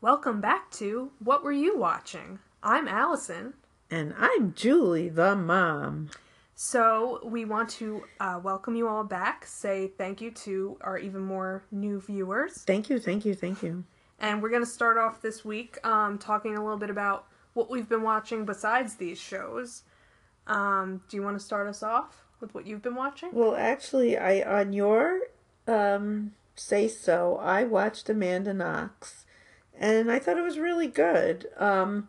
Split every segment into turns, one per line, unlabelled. Welcome back to What Were You Watching? I'm Allison.
And I'm Julie, the mom.
So, we want to uh, welcome you all back, say thank you to our even more new viewers.
Thank you, thank you, thank you.
And we're going to start off this week um, talking a little bit about what we've been watching besides these shows. Um, do you want to start us off with what you've been watching?
Well, actually, I on your um, say so, I watched Amanda Knox, and I thought it was really good. Um,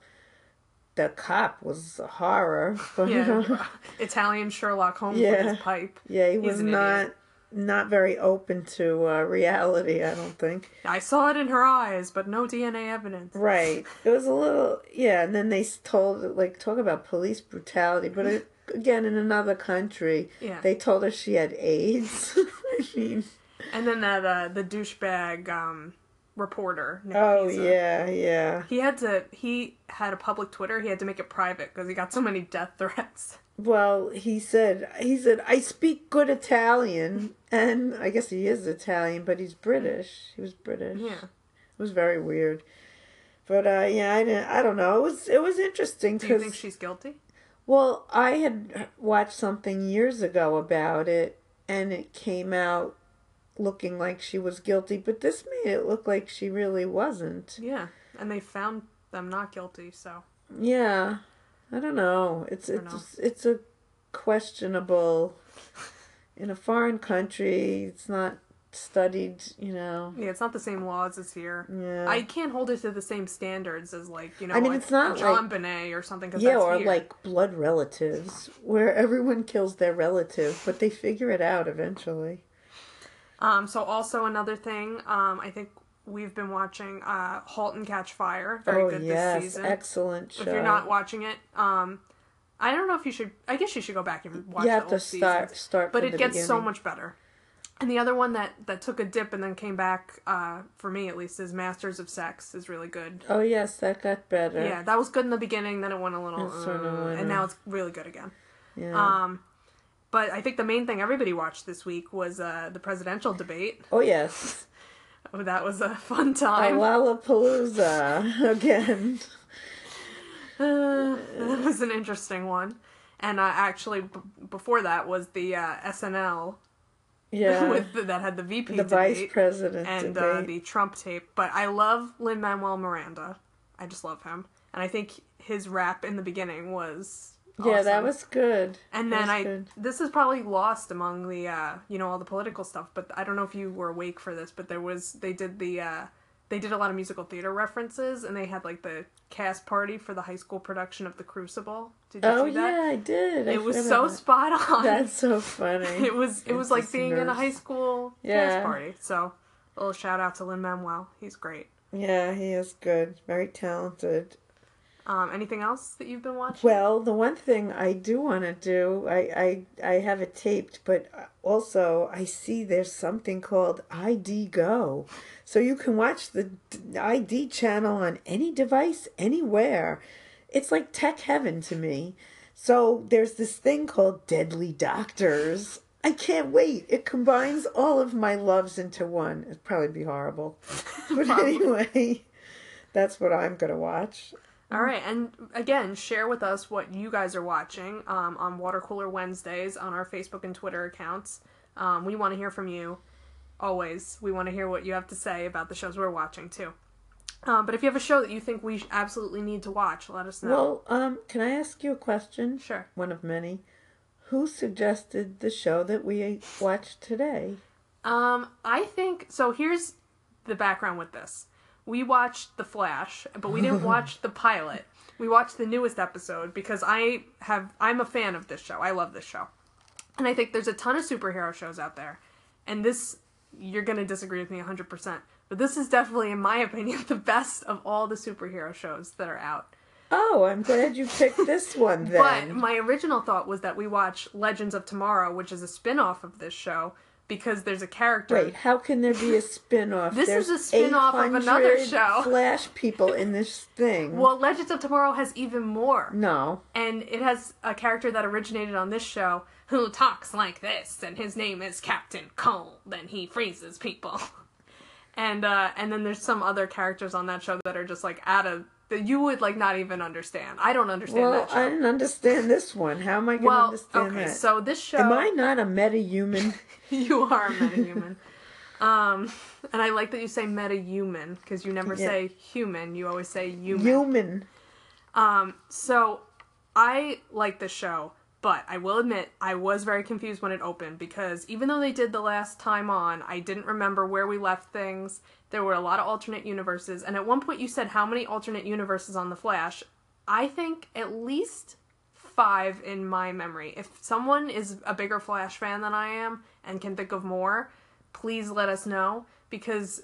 the cop was a horror, but
Yeah, Italian Sherlock Holmes with
Yeah.
his pipe.
yeah, he
He's
was
an
not
idiot.
not very open to uh, reality. I don't think.
I saw it in her eyes, but no DNA evidence.
Right. It was a little yeah, and then they s- told like talk about police brutality, but it, again in another country,
Yeah.
they told her she had AIDS. I mean,
And then that uh, the douchebag um, reporter. Nick
oh
Pizza.
yeah, yeah.
He had to. He had a public Twitter. He had to make it private because he got so many death threats.
Well, he said he said I speak good Italian, and I guess he is Italian, but he's British. He was British.
Yeah.
It was very weird. But uh, yeah, I didn't, I don't know. It was it was interesting
Do you
because
think she's guilty?
Well, I had watched something years ago about it, and it came out looking like she was guilty, but this made it look like she really wasn't.
Yeah. And they found them not guilty. So
Yeah, I don't know. It's
don't
it's it's a questionable in a foreign country. It's not studied, you know.
yeah, it's not the same laws as here.
Yeah.
I can't hold it to the same standards as like you know.
I mean,
like
it's not
John Bonet or something. 'cause
yeah,
that's
or
here.
like blood relatives, where everyone kills their relative, but they figure it out eventually.
Um, so also another thing, um, I think we've been watching uh, *Halt and Catch Fire*. Very
oh
good
yes,
this season.
excellent show.
If you're not watching it, um, I don't know if you should. I guess you should go back and watch.
you
the
have to
old
start
seasons.
start
but
from
it
the
gets so
beginning.
much better. And the other one that that took a dip and then came back, uh, for me at least, is *Masters of Sex* is really good.
oh yes that got better
Yeah, that was good in the beginning. Then it went a little,
It sort of
uh,
went
and now
up.
it's really good again.
Yeah.
Um, but I think the main thing everybody watched this week was uh, the presidential debate.
oh yes
Oh, that was a fun
A
time.
Lollapalooza again
Uh, that was an interesting one. And uh, actually, b- before that was the uh, SNL
yeah
with the, that had the VP
the vice
debate
president
and Uh,
debate
the Trump tape. But I love Lin Manuel Miranda. I just love him, and I think his rap in the beginning was
yeah that
awesome.
was good
And
That
then
was
I
good.
this is probably lost among the uh, you know all the political stuff, but I don't know if you were awake for this, but there was they did the uh, they did a lot of musical theater references, and they had like the cast party for the high school production of The Crucible. Did you
oh
see that?
yeah I did I
It was
forgot
so
about that.
spot on.
that's so funny
it was it was like
just
being in a
nerves.
high school
Yeah.
cast party. So a little shout out to Lin Manuel, he's great.
yeah he is good very talented
Um, anything else that you've been watching?
Well, the one thing I do want to do, I, I I have it taped, but also I see there's something called ID Go, so you can watch the d- ID channel on any device anywhere. It's like tech heaven to me. So there's this thing called Deadly Doctors. I can't wait. It combines all of my loves into one. It'd probably be horrible, but
Probably.
anyway, that's what I'm gonna watch.
All right, and again, share with us what you guys are watching um, on Water Cooler Wednesdays on our Facebook and Twitter accounts. Um, we want to hear from you always. We want to hear what you have to say about the shows we're watching too. Um, but if you have a show that you think we sh- absolutely need to watch, let us know.
Well, um, can I ask you a question?
sure.
One of many. Who suggested the show that we watched today?
Um, I think so. Here's the background with this: we watched The Flash, but we didn't watch the pilot. We watched the newest episode because I have I'm a fan of this show. I love this show, and I think there's a ton of superhero shows out there, and this you're gonna disagree with me 100, percent but this is definitely, in my opinion, the best of all the superhero shows that are out.
Oh, I'm glad you picked this one
But
then.
my original thought was that we watch Legends of Tomorrow, which is a spin-off of this show, because there's a character
Wait, how can there be a spin-off?
This
There's
is a spin-off of another
800
show.
Flash people in this thing.
Well, Legends of Tomorrow has even more.
no.
And it has a character that originated on this show who talks like this, and his name is Captain Cold, and he freezes people. and uh, and then there's some other characters on that show that are just like out of that you would like not even understand. I don't understand
Well,
that
I
show.
didn't understand this one. How am I going to
well,
understand
okay,
that?
so this show
am I not a meta human?
you are a metahuman. um, and I like that you say metahuman because you never
Yeah.
say human. You always say human.
human.
Um, so I like the show, but I will admit I was very confused when it opened because even though they did the last time on, I didn't remember where we left things. There were a lot of alternate universes, and at one point you said how many alternate universes on the Flash. I think at least five in my memory. If someone is a bigger Flash fan than I am and can think of more, please let us know because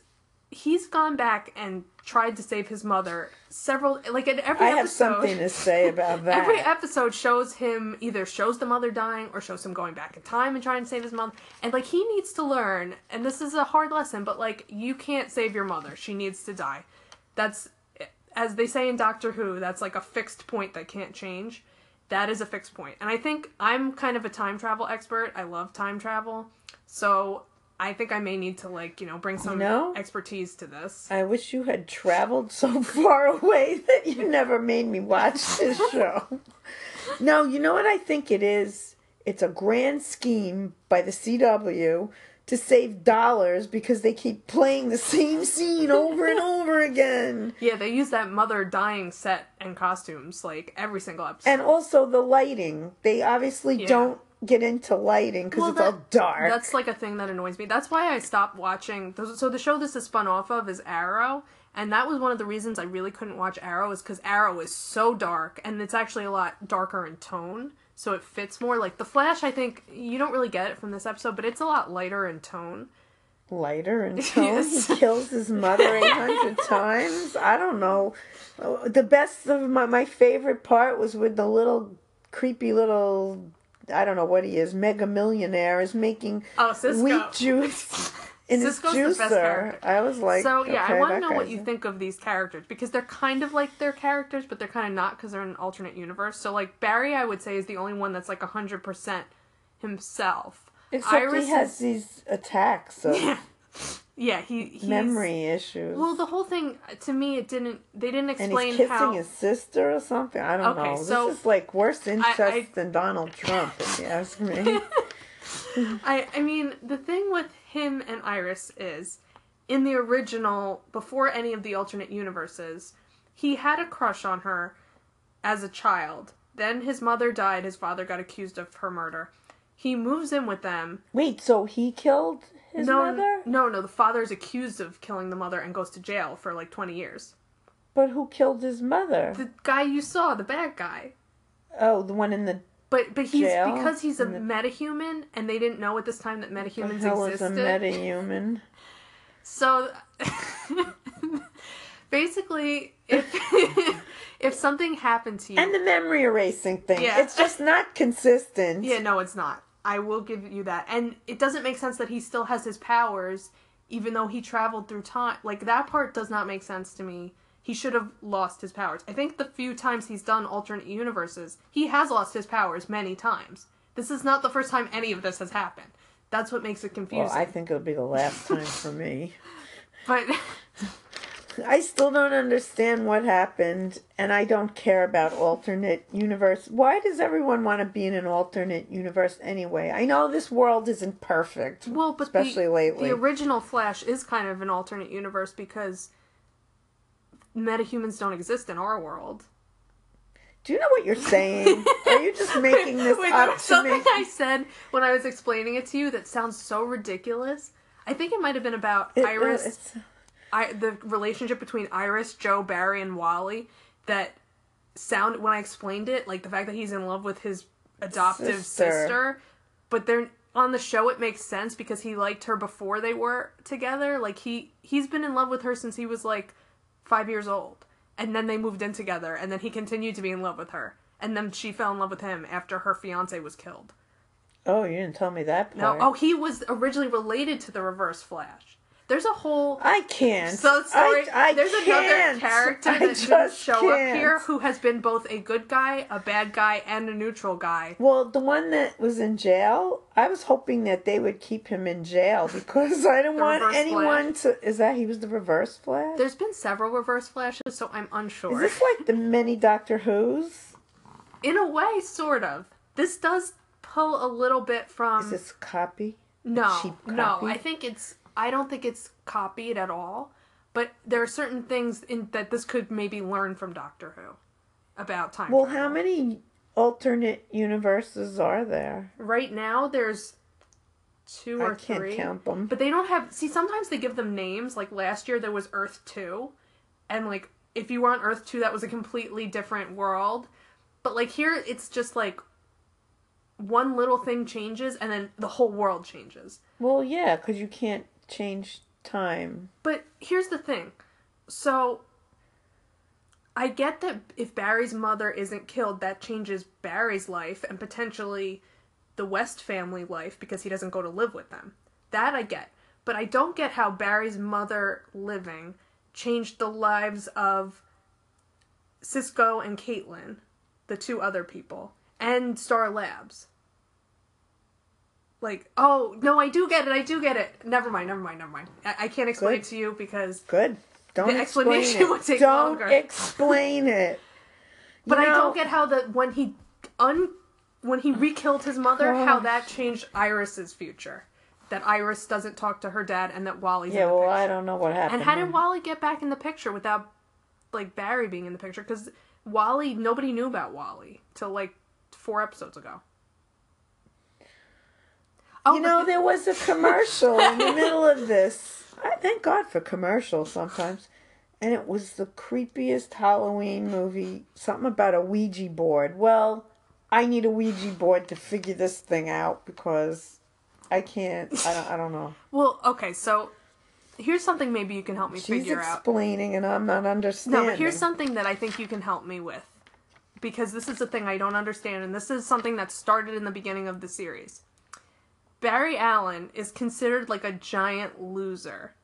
he's gone back and tried to save his mother several like in every
I
episode
have something to say about that.
every episode shows him either shows the mother dying or shows him going back in time and trying to save his mother and like he needs to learn and this is a hard lesson but like you can't save your mother she needs to die that's as they say in doctor who that's like a fixed point that can't change that is a fixed point point. and i think i'm kind of a time travel expert i love time travel so i think i may need to like you know bring some
know?
expertise to this
I wish you had traveled so far away that you never made me watch this show. no, you know what I think it is? It's a grand scheme by the CW to save dollars because they keep playing the same scene over and over again.
yeah they use that mother dying set and costumes like every single episode
And also the lighting. They obviously
Yeah.
don't get into lighting because
Well,
it's
that-
all dark.
That's like a thing that annoys me. That's why I stopped watching. So the show this is spun off of is Arrow, and that was one of the reasons I really couldn't watch Arrow is because Arrow is so dark, and it's actually a lot darker in tone, so it fits more. Like the Flash, I think you don't really get it from this episode, but it's a lot lighter in tone.
lighter and tone.
Yes.
He kills his mother 800 times. I don't know. Oh, The best of my, my favorite part was with the little creepy little, I don't know what he is, mega millionaire is making
Oh, Cisco.
wheat juice in
Cisco's the
his
best
juicer.
character.
I was like,
so yeah,
okay,
I want to
that
know what
guy's-
you think of these characters because they're kind of like their characters, but they're kind of not because they're in an alternate universe. So like Barry, I would say is the only one that's like hundred percent himself.
Except
Iris
he
is-
has these attacks of
Yeah. Yeah, he he's,
memory issues.
Well, the whole thing to me, it didn't. They didn't
and
explain
he's kissing
how.
his sister or something. I don't
Okay,
know. This
so-
is like worse incest
I-
than Donald Trump, if you ask me.
I I mean, the thing with him and Iris is, in the original, before any of the alternate universes, he had a crush on her as a child. Then his mother died. His father got accused of her murder. He moves in with them.
Wait, so he killed his
no,
mother?
no, no. The father is accused of killing the mother and goes to jail for like twenty years.
But who killed his mother?
The guy you saw, the bad guy.
oh, the one in the
But but he's
Jail
because he's a
and the-
metahuman, and they didn't know at this time that
the
metahumans
hell is a
existed.
metahuman.
so basically, if if something happened to you,
And the memory erasing thing.
Yeah.
It's just not consistent.
yeah, no, it's not. I will give you that, and it doesn't make sense that he still has his powers, even though he traveled through time. Like that part does not make sense to me. He should have lost his powers. I think the few times he's done alternate universes, he has lost his powers many times. This is not the first time any of this has happened. That's what makes it confusing.
Well, I think it'll be the last time for me.
But
I still don't understand what happened, and I don't care about alternate universe. Why does everyone want to be in an alternate universe anyway? I know this world isn't perfect.
well, but
Especially
the,
lately.
the original Flash is kind of an alternate universe because metahumans don't exist in our world.
Do you know what you're saying? Are you just making this
Wait, there
up
was
to
something
me?
I said when I was explaining it to you that sounds so ridiculous. I think it might have been about
It- uh,
Iris,
it's-
I, the relationship between Iris, Joe, Barry, and Wally. That sound when I explained it, like the fact that he's in love with his adoptive
Sister.
sister, but they're on the show. It makes sense because he liked her before they were together. Like he he's been in love with her since he was like five years old, and then they moved in together, and then he continued to be in love with her, and then she fell in love with him after her fiance was killed.
Oh, you didn't tell me that
No,
part.
oh, he was originally related to the Reverse Flash. There's a whole
I can't.
so sorry.
I, I
There's
can't.
another character
I
that didn't
just
show up
can't.
here who has been both a good guy, a bad guy, and a neutral guy.
Well, the one that was in jail, I was hoping that they would keep him in jail because I didn't
The
want
Reverse
anyone to. Is that he was the reverse flash?
There's been several reverse flashes, so I'm
Is
unsure.
this like the many Doctor Who's?
In a way, sort of. This does pull a little bit from
Is this a copy?
no,
cheap
no.
copy?
I think it's. I don't think it's copied at all. But there are certain things in, that this could maybe learn from Doctor Who about time.
Well,
travel.
how many alternate universes are there?
Right now, there's two or
I can't
three.
count them.
But they don't have. See, sometimes they give them names. Like last year, there was Earth 2. And, like, if you were on Earth 2, that was a completely different world. But, like, here, it's just like one little thing changes and then the whole world changes.
Well, yeah, because you can't change time.
But here's the thing. So I get that if Barry's mother isn't killed, that changes Barry's life and potentially the West family life because he doesn't go to live with them. That I get. But I don't get how Barry's mother living changed the lives of Cisco and Caitlin, the two other people, and Star Labs. Like, oh, no, I do get it, I do get it. Never mind, never mind, never mind. I, I can't explain it
Good.
to you because
Good. Don't
The
explain
explanation
it.
would take
Don't
longer.
explain it.
But
You
I
know-
don't get how that when he un when he re-killed his mother, how
Gosh.
that changed Iris's future. That Iris doesn't talk to her dad, and that Wally's
Yeah,
in the
well,
picture.
I Mhm. don't know what happened.
and how
there.
did Wally get back in the picture without like Barry being in the picture? Because Wally, nobody knew about Wally till like four episodes ago. Oh,
you know,
look
there was a commercial in the middle of this. I thank God for commercials sometimes. And it was the creepiest Halloween movie, something about a Ouija board. Well, I need a Ouija board to figure this thing out because I can't. I don't, I don't know.
at- well, okay, so here's something maybe you can help me
She's
figure out.
explaining and I'm not understanding.
No, but here's something that I think you can help me with. Because this is a thing I don't understand, and this is something that started in the beginning of the series. Barry Allen is considered like a giant loser,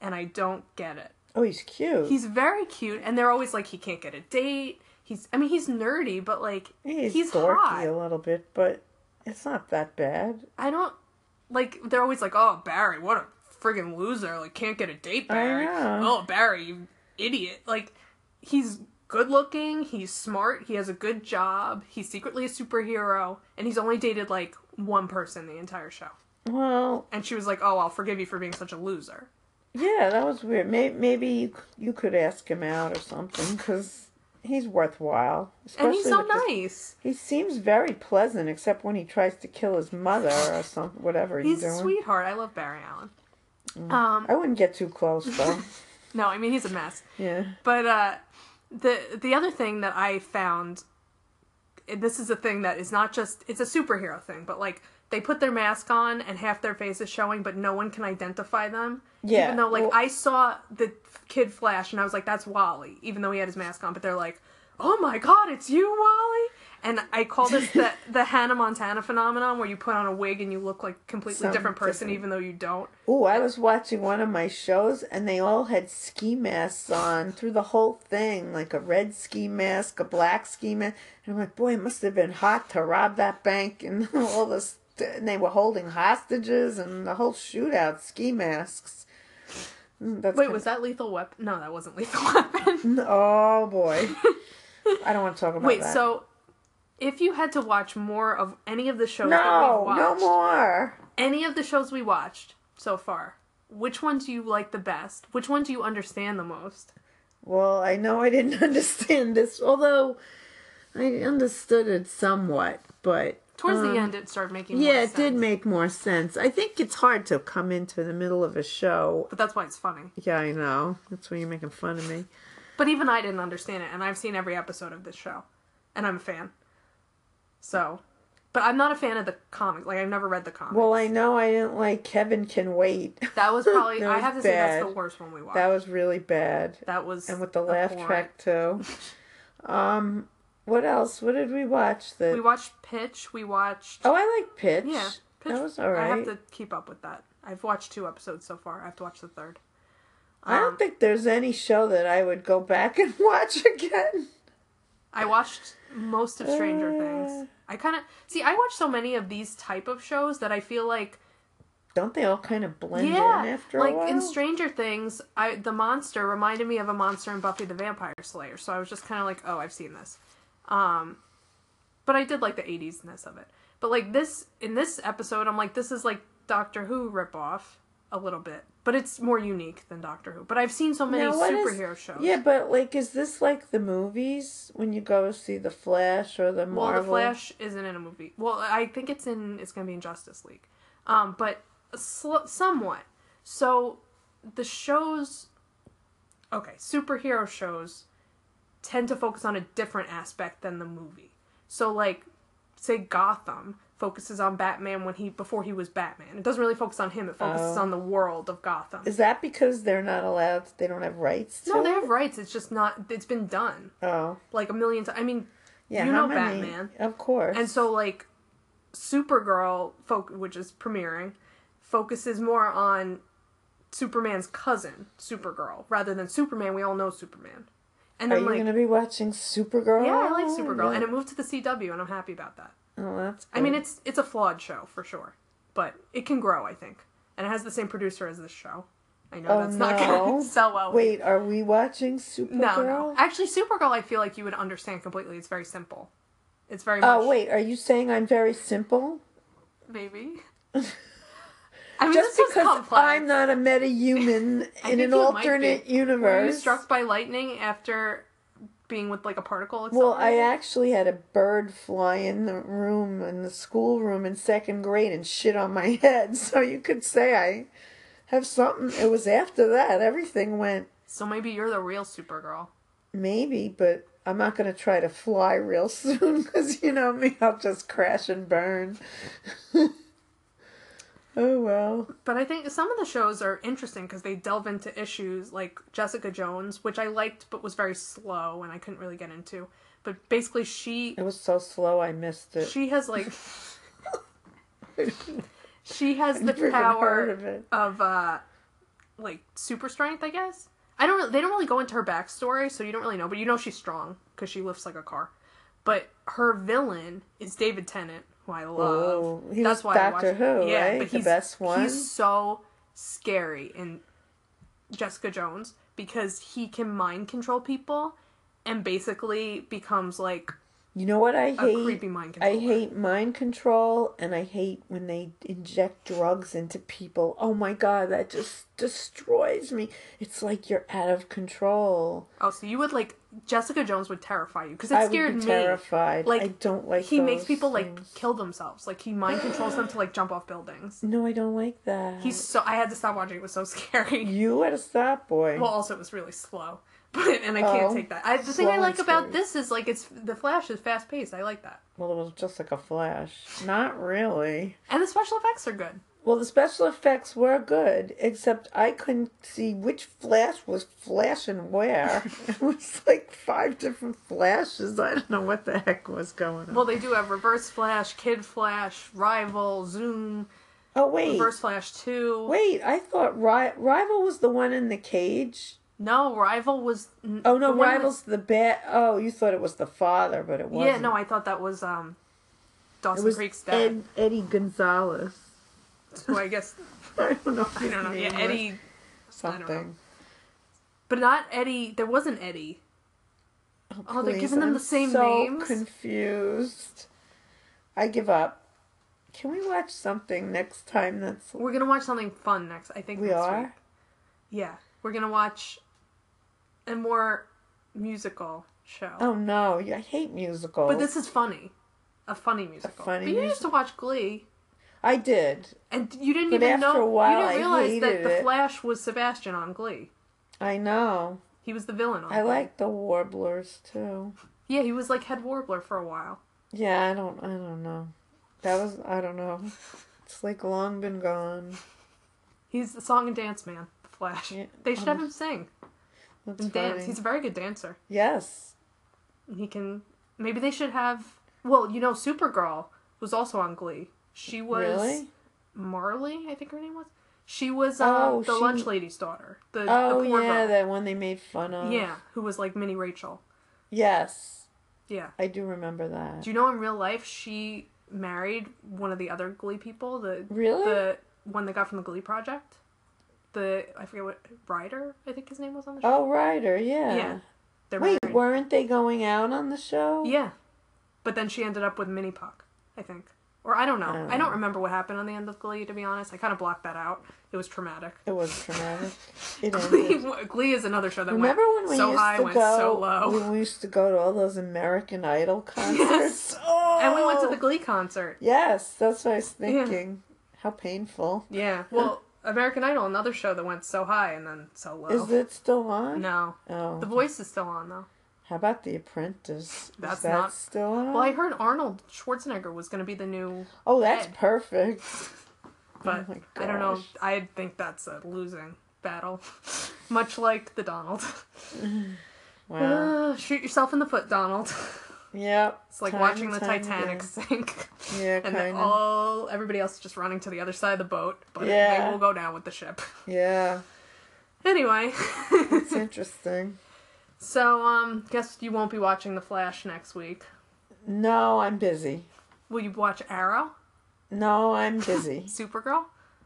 and I don't get it.
Oh, he's cute.
He's very cute, and they're always like, he can't get a date. He's, I mean, he's nerdy, but like,
he's,
he's,
dorky
hot.
a little bit, but it's not that bad.
I don't like. They're always like, "Oh, Barry, what a friggin' loser! Like, can't get a date, Barry.
know.
Oh, Barry, you idiot! Like, he's good looking. He's smart. He has a good job. He's secretly a superhero, and he's only dated like one person the entire show.
Well,
And she was like, "Oh, I'll forgive you for being such a loser."
Yeah, that was weird. Maybe, maybe you, c- you could ask him out or something because he's worthwhile.
and he's
especially
so
with
nice.
this- he seems very pleasant, except when he tries to kill his mother or something. Whatever he's,
He's
doing.
a sweetheart. I love Barry Allen.
Mm.
Um,
I wouldn't get too close though.
no, I mean he's a mess.
yeah.
But uh, the the other thing that I found, and this is a thing that is not just it's a superhero thing, but like they put their mask on and half their face is showing, but no one can identify them.
Yeah,
Even though like
well-
I saw the kid flash and I was like, that's Wally, even though he had his mask on. But they're like, oh my god, it's you, Wally. And I call this the the Hannah Montana phenomenon, where you put on a wig and you look like a completely
Some
different person,
different-
even though you don't.
Oh, I was watching one of my shows and they all had ski masks on through the whole thing, like a red ski mask, a black ski mask. And I'm like, boy, it must have been hot to rob that bank and all this. And they were holding hostages and the whole shootout, ski masks. Mm, That's
Wait, was that Lethal Weapon? No, that wasn't Lethal Weapon.
that? Oh boy, I don't want to talk about
Wait,
that.
so if you had to watch more of any of the shows that we
no,
watched,
no more.
any of the shows we watched so far, which one do you like the best? Which one do you understand the most?
Well, I know I didn't understand this, although I understood it somewhat, but.
Towards
um,
the end, it started making more
Yeah, it did
sense,
make more sense. I think it's hard to come into the middle of a show.
but that's why it's funny.
Yeah, I know. That's why you're making fun of me.
But even I didn't understand it, and I've seen every episode of this show, and I'm a fan. So, but I'm not a fan of the comic. Like I've never read the comic.
Well, I know I didn't like Kevin Can Wait.
that was probably
that
I
was
have to say that's the
bad.
worst one we watched.
That was really bad.
That was
And with the laugh
abhorrent.
track too. Um, what else? What did we watch? That
We watched Pitch. We watched.
oh, I like Pitch.
Yeah, Pitch.
that was all
I
right.
have to keep up with that. I've watched two episodes so far. I have to watch the third.
I
um,
don't think there's any show that I would go back and watch again.
I watched most of Stranger
Uh.
Things. I kind of see. I watch so many of these type of shows that I feel like
Don't they all kind of blend
yeah,
in after
like
a while?
in Stranger Things, I the monster reminded me of a monster in Buffy the Vampire Slayer, so I was just kind of like, oh, I've seen this. Um, but I did like the '80s-ness of it. But like this in this episode, I'm like, this is like Doctor Who ripoff a little bit, but it's more unique than Doctor Who. But I've seen so many
Now, what is-
superhero shows.
Yeah, but like, is this like the movies when you go see the Flash or the
Well,
Marvel?
the Flash isn't in a movie. Well, I think it's in. It's gonna be in Justice League, um, but sl- somewhat. So the shows, okay, superhero shows tend to focus on a different aspect than the movie. So like, say Gotham focuses on Batman when he before he was Batman. It doesn't really focus on him. It focuses on the world of Gotham.
Oh. Is that because they're not allowed? They don't have rights. To
No, they
it?
have rights. It's just not. It's been done
Oh,
like a million times. I mean,
yeah.
you
how
know
many?
Batman.
Of course.
And so like Supergirl folk which is premiering focuses more on Superman's cousin, Supergirl, rather than Superman. We all know Superman. And
are
then
you
like
gonna Oh. be watching Supergirl?
yeah, I like Supergirl and it moved to the CW and I'm happy about that.
oh, that's.
I mean,
good.
it's it's a flawed show for sure, but it can grow, I think. And it has the same producer as this show. I know
Oh,
that's not going
no.
to sell well.
Wait, are we watching Supergirl?
no, no. Actually, Supergirl, I feel like you would understand completely. It's very simple. It's very much
Oh wait, are you saying I'm very simple?
maybe. I mean,
Just
this was
because
complex.
I'm not a meta human
I
in
think you might
an
be.
alternate
Were you
universe.
struck by lightning after being with like a particle?
Well, I
accelerator?
actually had a bird fly in the room in the schoolroom in second grade and shit on my head, so you could say I have something. It was after that everything went
so maybe you're the real Supergirl.
maybe, but I'm not going to try to fly real soon because you know me, I'll just crash and burn. oh well.
But I think some of the shows are interesting because they delve into issues like Jessica Jones, which I liked but was very slow and I couldn't really get into. But basically, she
It was so slow I missed it.
she has like she has the
Never even
power
heard of it.
of uh like super strength, I guess. I don't really, they don't really go into her backstory, so you don't really know, but you know she's strong because she lifts like a car. But her villain is David Tennant, who I love.
Oh, he was Doctor
it.
Who, right? The best one?
He's so scary in Jessica Jones because he can mind control people and basically becomes like
You know what I hate?
creepy mind
I
controller.
hate mind control, and I hate when they inject drugs into people. Oh my god, that just destroys me. It's like you're out of control.
oh, so you would like Jessica Jones would terrify you because it
I
scared
would be
me.
terrified.
Like
I don't like.
he makes
those
people
things.
like kill themselves. Like he mind controls them to like jump off buildings.
No, I don't like that.
He's so I had to stop watching. It was so scary.
You at a stop, boy.
Well, also it was really slow, but and I can't
Oh.
take that. I, the thing I
Slow
like
and
about
scary.
this is like it's the Flash is fast paced. I like that,
well, it was just like a flash. Not really.
and the special effects are good.
Well, the special effects were good, except I couldn't see which flash was flashing where. it was like five different flashes. I don't know what the heck was going on.
Well, they do have Reverse Flash, Kid Flash, Rival, Zoom,
oh wait,
Reverse Flash Two.
wait! I thought Ri- Rival was the one in the cage.
No, Rival was. n-
Oh no,
the one that-
Rival's the bat. Oh, you thought it was the father, but it wasn't.
Yeah, no, I thought that was um,
it
Dawson
was
Creek's dad.
Ed- Eddie Gonzalez.
who I guess
I don't know.
I don't know. Yeah, Eddie,
Something.
but not Eddie. There wasn't Eddie. Oh, they're
Please,
giving them
I'm
the same
so
names?
Confused. I give up. Can we watch something next time? That's
We're gonna watch something fun next. I think
we
next
are.
Week. Yeah, we're gonna watch a more musical show.
Oh no, I hate musicals.
But this is funny, a funny musical.
funny
but you used to watch Glee,
I did.
and you didn't
But
even
after
know.
a while,
you
I
didn't realize that
hated
the
it.
Flash was Sebastian on Glee.
I know.
He was the villain on.
I
Glee.
like the warblers too.
Yeah, he was like head warbler for a while.
Yeah, I don't. I don't know. That was. I don't know. It's like long been gone.
He's the song and dance man, the Flash.
Yeah,
they should have him sing
That's
and dance.
funny.
He's a very good dancer.
Yes.
he can maybe they should have well you know supergirl was also on glee she was
Really?
marley i think her name was She was uh,
Oh,
the
she-
lunch lady's daughter. The,
Oh
the poor
yeah,
girl.
that one they made fun of.
Yeah, who was like mini Rachel.
Yes,
Yeah.
I do remember that.
Do you know in real life she married one of the other Glee people? The
Really?
the one they got from the Glee project. The I forget what Ryder I think his name was on the show.
oh, Ryder. Yeah.
Yeah. They're
Wait,
married.
weren't they going out on the show?
Yeah, but then she ended up with Minnie Puck, I think, or I don't know.
don't
I
know.
don't remember what happened on the end of Glee. To be honest, I kind of blocked that out. It was traumatic.
It was traumatic. It
Glee,
ended.
Glee is another show that
Remember
went
when we
so
used
high
to
went
go?
so low,
When we used to go to all those American Idol concerts. Oh!
and we went to the Glee concert.
Yes, that's what I was thinking. How painful.
Yeah, well, American Idol, another show that went so high and then so low.
Is it still on?
No,
Oh.
The Voice is still on though.
How about The Apprentice? Is
That's
that
not-
still on?
Well, I heard Arnold Schwarzenegger was going to be the new,
oh, that's
Ed.
perfect. Oh
but
my
I don't know.
gosh.
I think that's a losing battle, much like the Donald.
Wow.
Uh, shoot yourself in the foot, Donald.
yep.
It's like
Time
watching
and
the
time
Titanic
again.
sink,
Yeah,
and then
kind of.
all everybody else is just running to the other side of the boat, but
Yeah.
they will go down with the ship.
Yeah,
Anyway,
it's interesting.
so um, guess you won't be watching The Flash next week.
No, I'm busy.
Will you watch Arrow,
No, I'm busy.
Supergirl,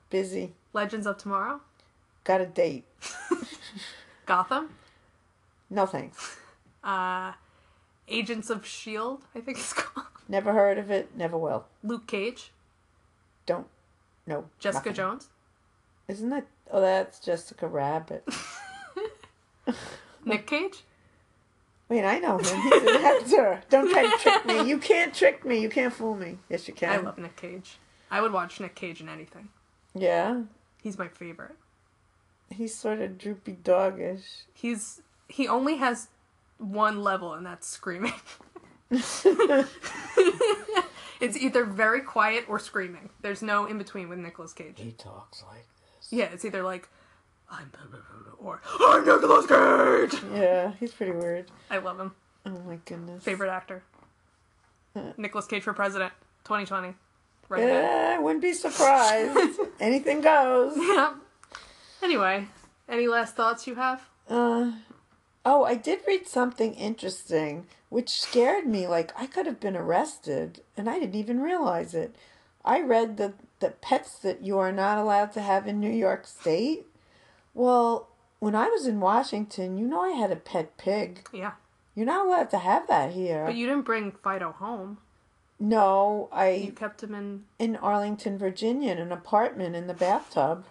busy.
Legends of Tomorrow,
Got a date.
Gotham,
No thanks.
uh, Agents of Shield? I think it's called.
Never heard of it. Never will.
Luke Cage,
Don't. No.
Jessica
nothing.
Jones,
Isn't that? Oh, that's Jessica Rabbit.
Nick Cage.
Wait, I know him. He's an actor. Don't try to trick me. You can't trick me. You can't fool me. Yes, you can.
I love Nick Cage. I would watch Nick Cage in anything.
Yeah,
He's my favorite.
he's sort of droopy doggish.
He's he only has one level, and that's screaming. it's either very quiet or screaming. There's no in between with Nicolas Cage.
He talks like this.
Yeah, it's either like I'm or I'm Nicolas Cage.
Yeah, he's pretty weird.
I love him.
Oh my goodness.
Favorite actor. Nicolas Cage for president, 2020. Right. ahead.
Yeah, I wouldn't be surprised. Anything goes.
Yeah. Anyway, any last thoughts you have?
Uh, oh, I did read something interesting, which scared me. Like I could have been arrested, and I didn't even realize it. I read that the pets that you are not allowed to have in New York State. Well, when I was in Washington, you know I had a pet pig.
Yeah.
You're not allowed to have that here.
But you didn't bring Fido home.
no,
You
I
kept him in.
in Arlington, Virginia, in an apartment in the bathtub.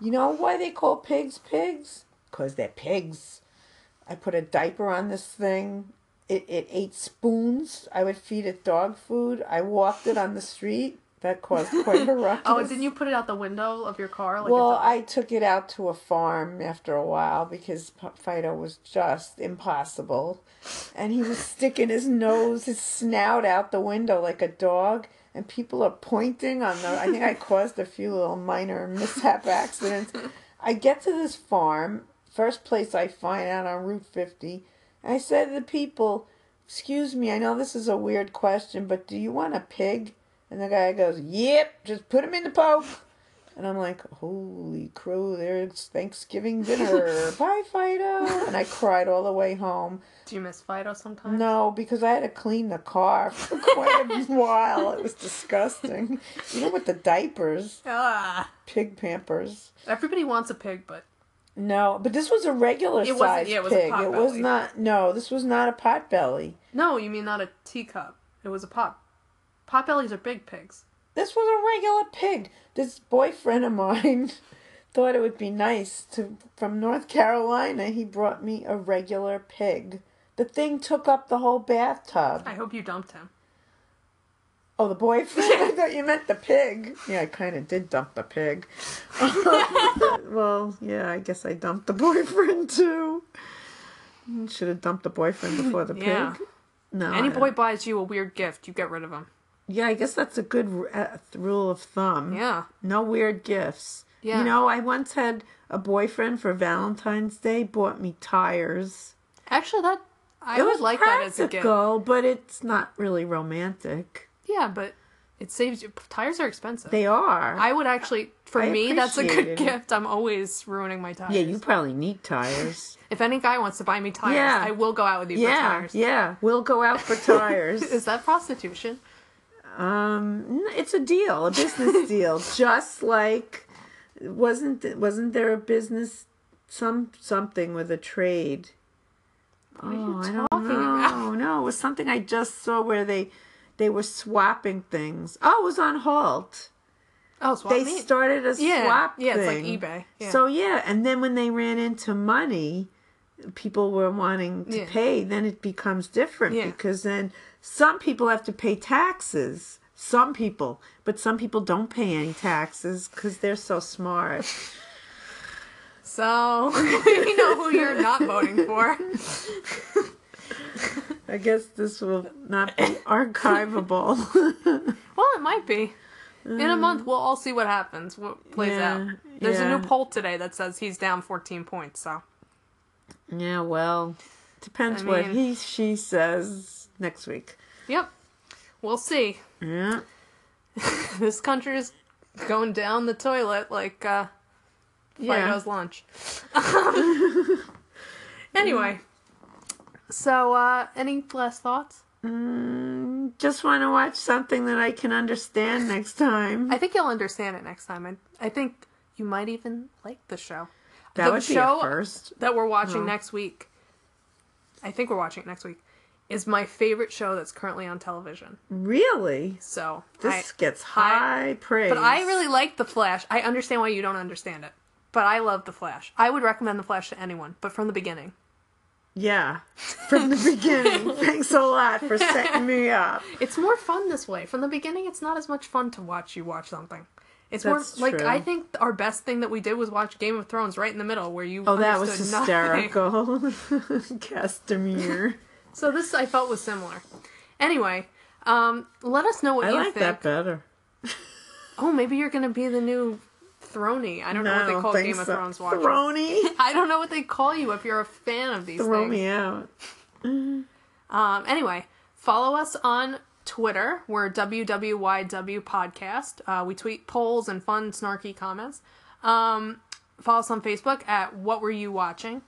You know why they call pigs pigs? Because they're pigs. I put a diaper on this thing. It, it ate spoons. I would feed it dog food. I walked it on the street. That caused quite a ruckus.
Oh, didn't you put it out the window of your car? Like
Well,
a dog?
I took it out to a farm after a while because P- Fido was just impossible. And he was sticking his nose, his snout out the window like a dog. And people are pointing on the. I think I caused a few little minor mishap accidents. I get to this farm, first place I find out on Route 50. And I said to the people, Excuse me, I know this is a weird question, but do you want a pig? And the guy goes, Yep, just put him in the poke. And I'm like, holy crow, there's Thanksgiving dinner. Bye, Fido. And I cried all the way home.
Do you miss Fido sometimes?
No, because I had to clean the car for quite a while. It was disgusting. Even with the diapers,
Ah,
pig pampers.
everybody wants a pig, but
No, but this was a regular
It wasn't-
size
yeah, it was a
pig. it was
potbelly.
not, no, this was not a pot belly.
no, you mean not a teacup. It was a pot. Potbellies are big pigs.
This was a regular pig. This boyfriend of mine thought it would be nice to from North Carolina. He brought me a regular pig. The thing took up the whole bathtub.
I hope you dumped him.
Oh, the boyfriend? I thought you meant the pig. Yeah, I kind of did dump the pig. well, yeah, I guess I dumped the boyfriend too. Should have dumped the boyfriend before the
Yeah.
pig. No.
Any
I-
boy buys you a weird gift, you get rid of him.
Yeah, I guess that's a good uh, rule of thumb.
Yeah.
No weird gifts.
Yeah.
You know, I once had a boyfriend for Valentine's Day bought me tires.
Actually, that I would like that as a gift.
practical, but it's not really romantic.
Yeah, but It saves you. Tires are expensive.
They are.
I would actually, for
I
me, that's a good
appreciate it.
gift. I'm always ruining my tires.
yeah, you probably need tires.
If any guy wants to buy me tires,
Yeah.
I will go out with you for
yeah,
tires.
yeah. We'll go out for tires.
Is that prostitution?
Um, n- it's a deal, a business deal. just like wasn't th- wasn't there a business some something with a trade?
What are you
Oh,
talking
I don't
about?
know. No, it was something I just saw where they they were swapping things. Oh, it was on Halt.
Oh, swap
They
meet.
started a
yeah,
swap
yeah, it's like
thing.
eBay. Yeah.
So yeah, and then when they ran into money, people were wanting to
Yeah.
pay. Then it becomes different
Yeah.
because then some people have to pay taxes. Some people, but some people don't pay any taxes because they're so smart.
So we know who you're not voting for.
I guess this will not be archivable.
Well, it might be. In a month, we'll all see what happens, what plays
Yeah,
out. There's a new
yeah.
poll today that says he's down 14 points. So
yeah, well, depends
I
what
mean-
he she says next week.
yep, we'll see.
Yeah,
This country is going down the toilet like uh,
yeah.
Fido's lunch. anyway, so uh, any last thoughts?
Mm, just want to watch something that I can understand next time.
I think you'll understand it next time. I, I think you might even like the show.
that
the
would
show-
be a first.
that we're watching
No.
next week. I think we're watching it next week. Is my favorite show that's currently on television.
Really?
So I-
This gets high praise.
but I really like The Flash. I understand why you don't understand it, but I love The Flash. I would recommend The Flash to anyone, but from the beginning.
Yeah. From the beginning. Thanks a lot for setting me up.
It's more fun this way. From the beginning, it's not as much fun to watch you watch something. It's
That's
more like
true.
I think our best thing that we did was watch Game of Thrones right in the middle where you
Oh, that was
understood nothing.
hysterical. Castamere.
So this I felt was similar. Anyway, um, let us know what
I
you
like
think.
that better.
Oh, maybe you're gonna be the new Throny. I don't know what they call Game of Thrones watchers.
Throny?
I don't know what they call you if you're a fan of these
Throw
things.
me out.
Um, anyway, follow us on Twitter. We're WWYW Podcast. Uh, we tweet polls and fun, snarky comments. Um, follow us on Facebook at What Were You Watching?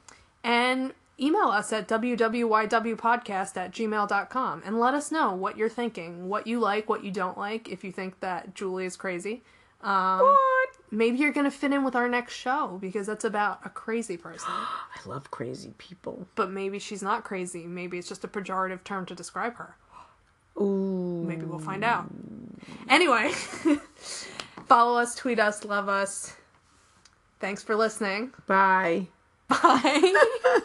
And email us at WWYWpodcast at gmail.com and let us know what you're thinking, what you like, what you don't like, if you think that Julie is crazy. Um, Maybe you're going to fit in with our next show because that's about a crazy person.
I love crazy people.
But maybe she's not crazy. Maybe it's just a pejorative term to describe her.
Ooh.
Maybe we'll find out. Anyway, follow us, tweet us, love us. Thanks for listening.
Bye.
Bye.